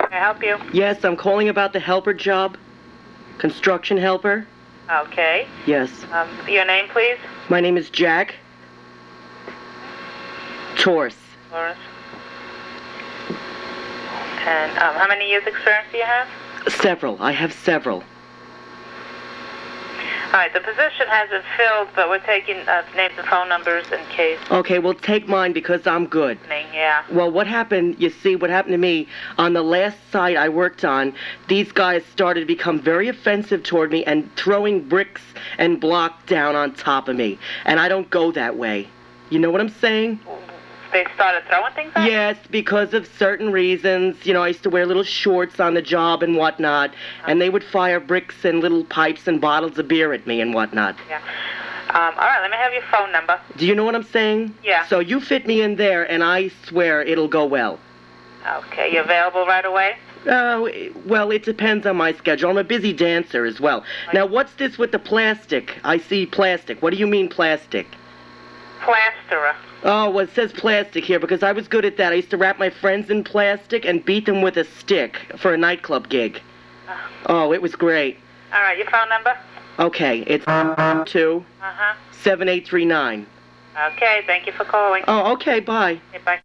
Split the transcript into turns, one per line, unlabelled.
I help you?
Yes, I'm calling about the helper job. Construction helper?
Okay.
Yes.
Um, your name, please?
My name is Jack. Torse.
Lawrence. And um, how many years' experience do you have?
Several. I have several.
All right, the position hasn't filled, but we're taking uh, names and phone numbers in case.
Okay, well, take mine because I'm good.
Yeah.
Well, what happened, you see, what happened to me on the last site I worked on, these guys started to become very offensive toward me and throwing bricks and block down on top of me. And I don't go that way. You know what I'm saying?
They started throwing things at you?
Yes, because of certain reasons. You know, I used to wear little shorts on the job and whatnot, and they would fire bricks and little pipes and bottles of beer at me and whatnot.
Yeah. Um, all right, let me have your phone number.
Do you know what I'm saying?
Yeah.
So you fit me in there, and I swear it'll go well.
Okay, you available right away?
Oh, well, it depends on my schedule. I'm a busy dancer as well. Now, what's this with the plastic? I see plastic. What do you mean plastic?
Plasterer.
Oh, well, it says plastic here because I was good at that. I used to wrap my friends in plastic and beat them with a stick for a nightclub gig. Oh, it was great.
All right, your phone number?
Okay, it's two
Uh huh.
seven eight three nine.
Okay, thank you for calling.
Oh, okay, bye.
Okay, bye.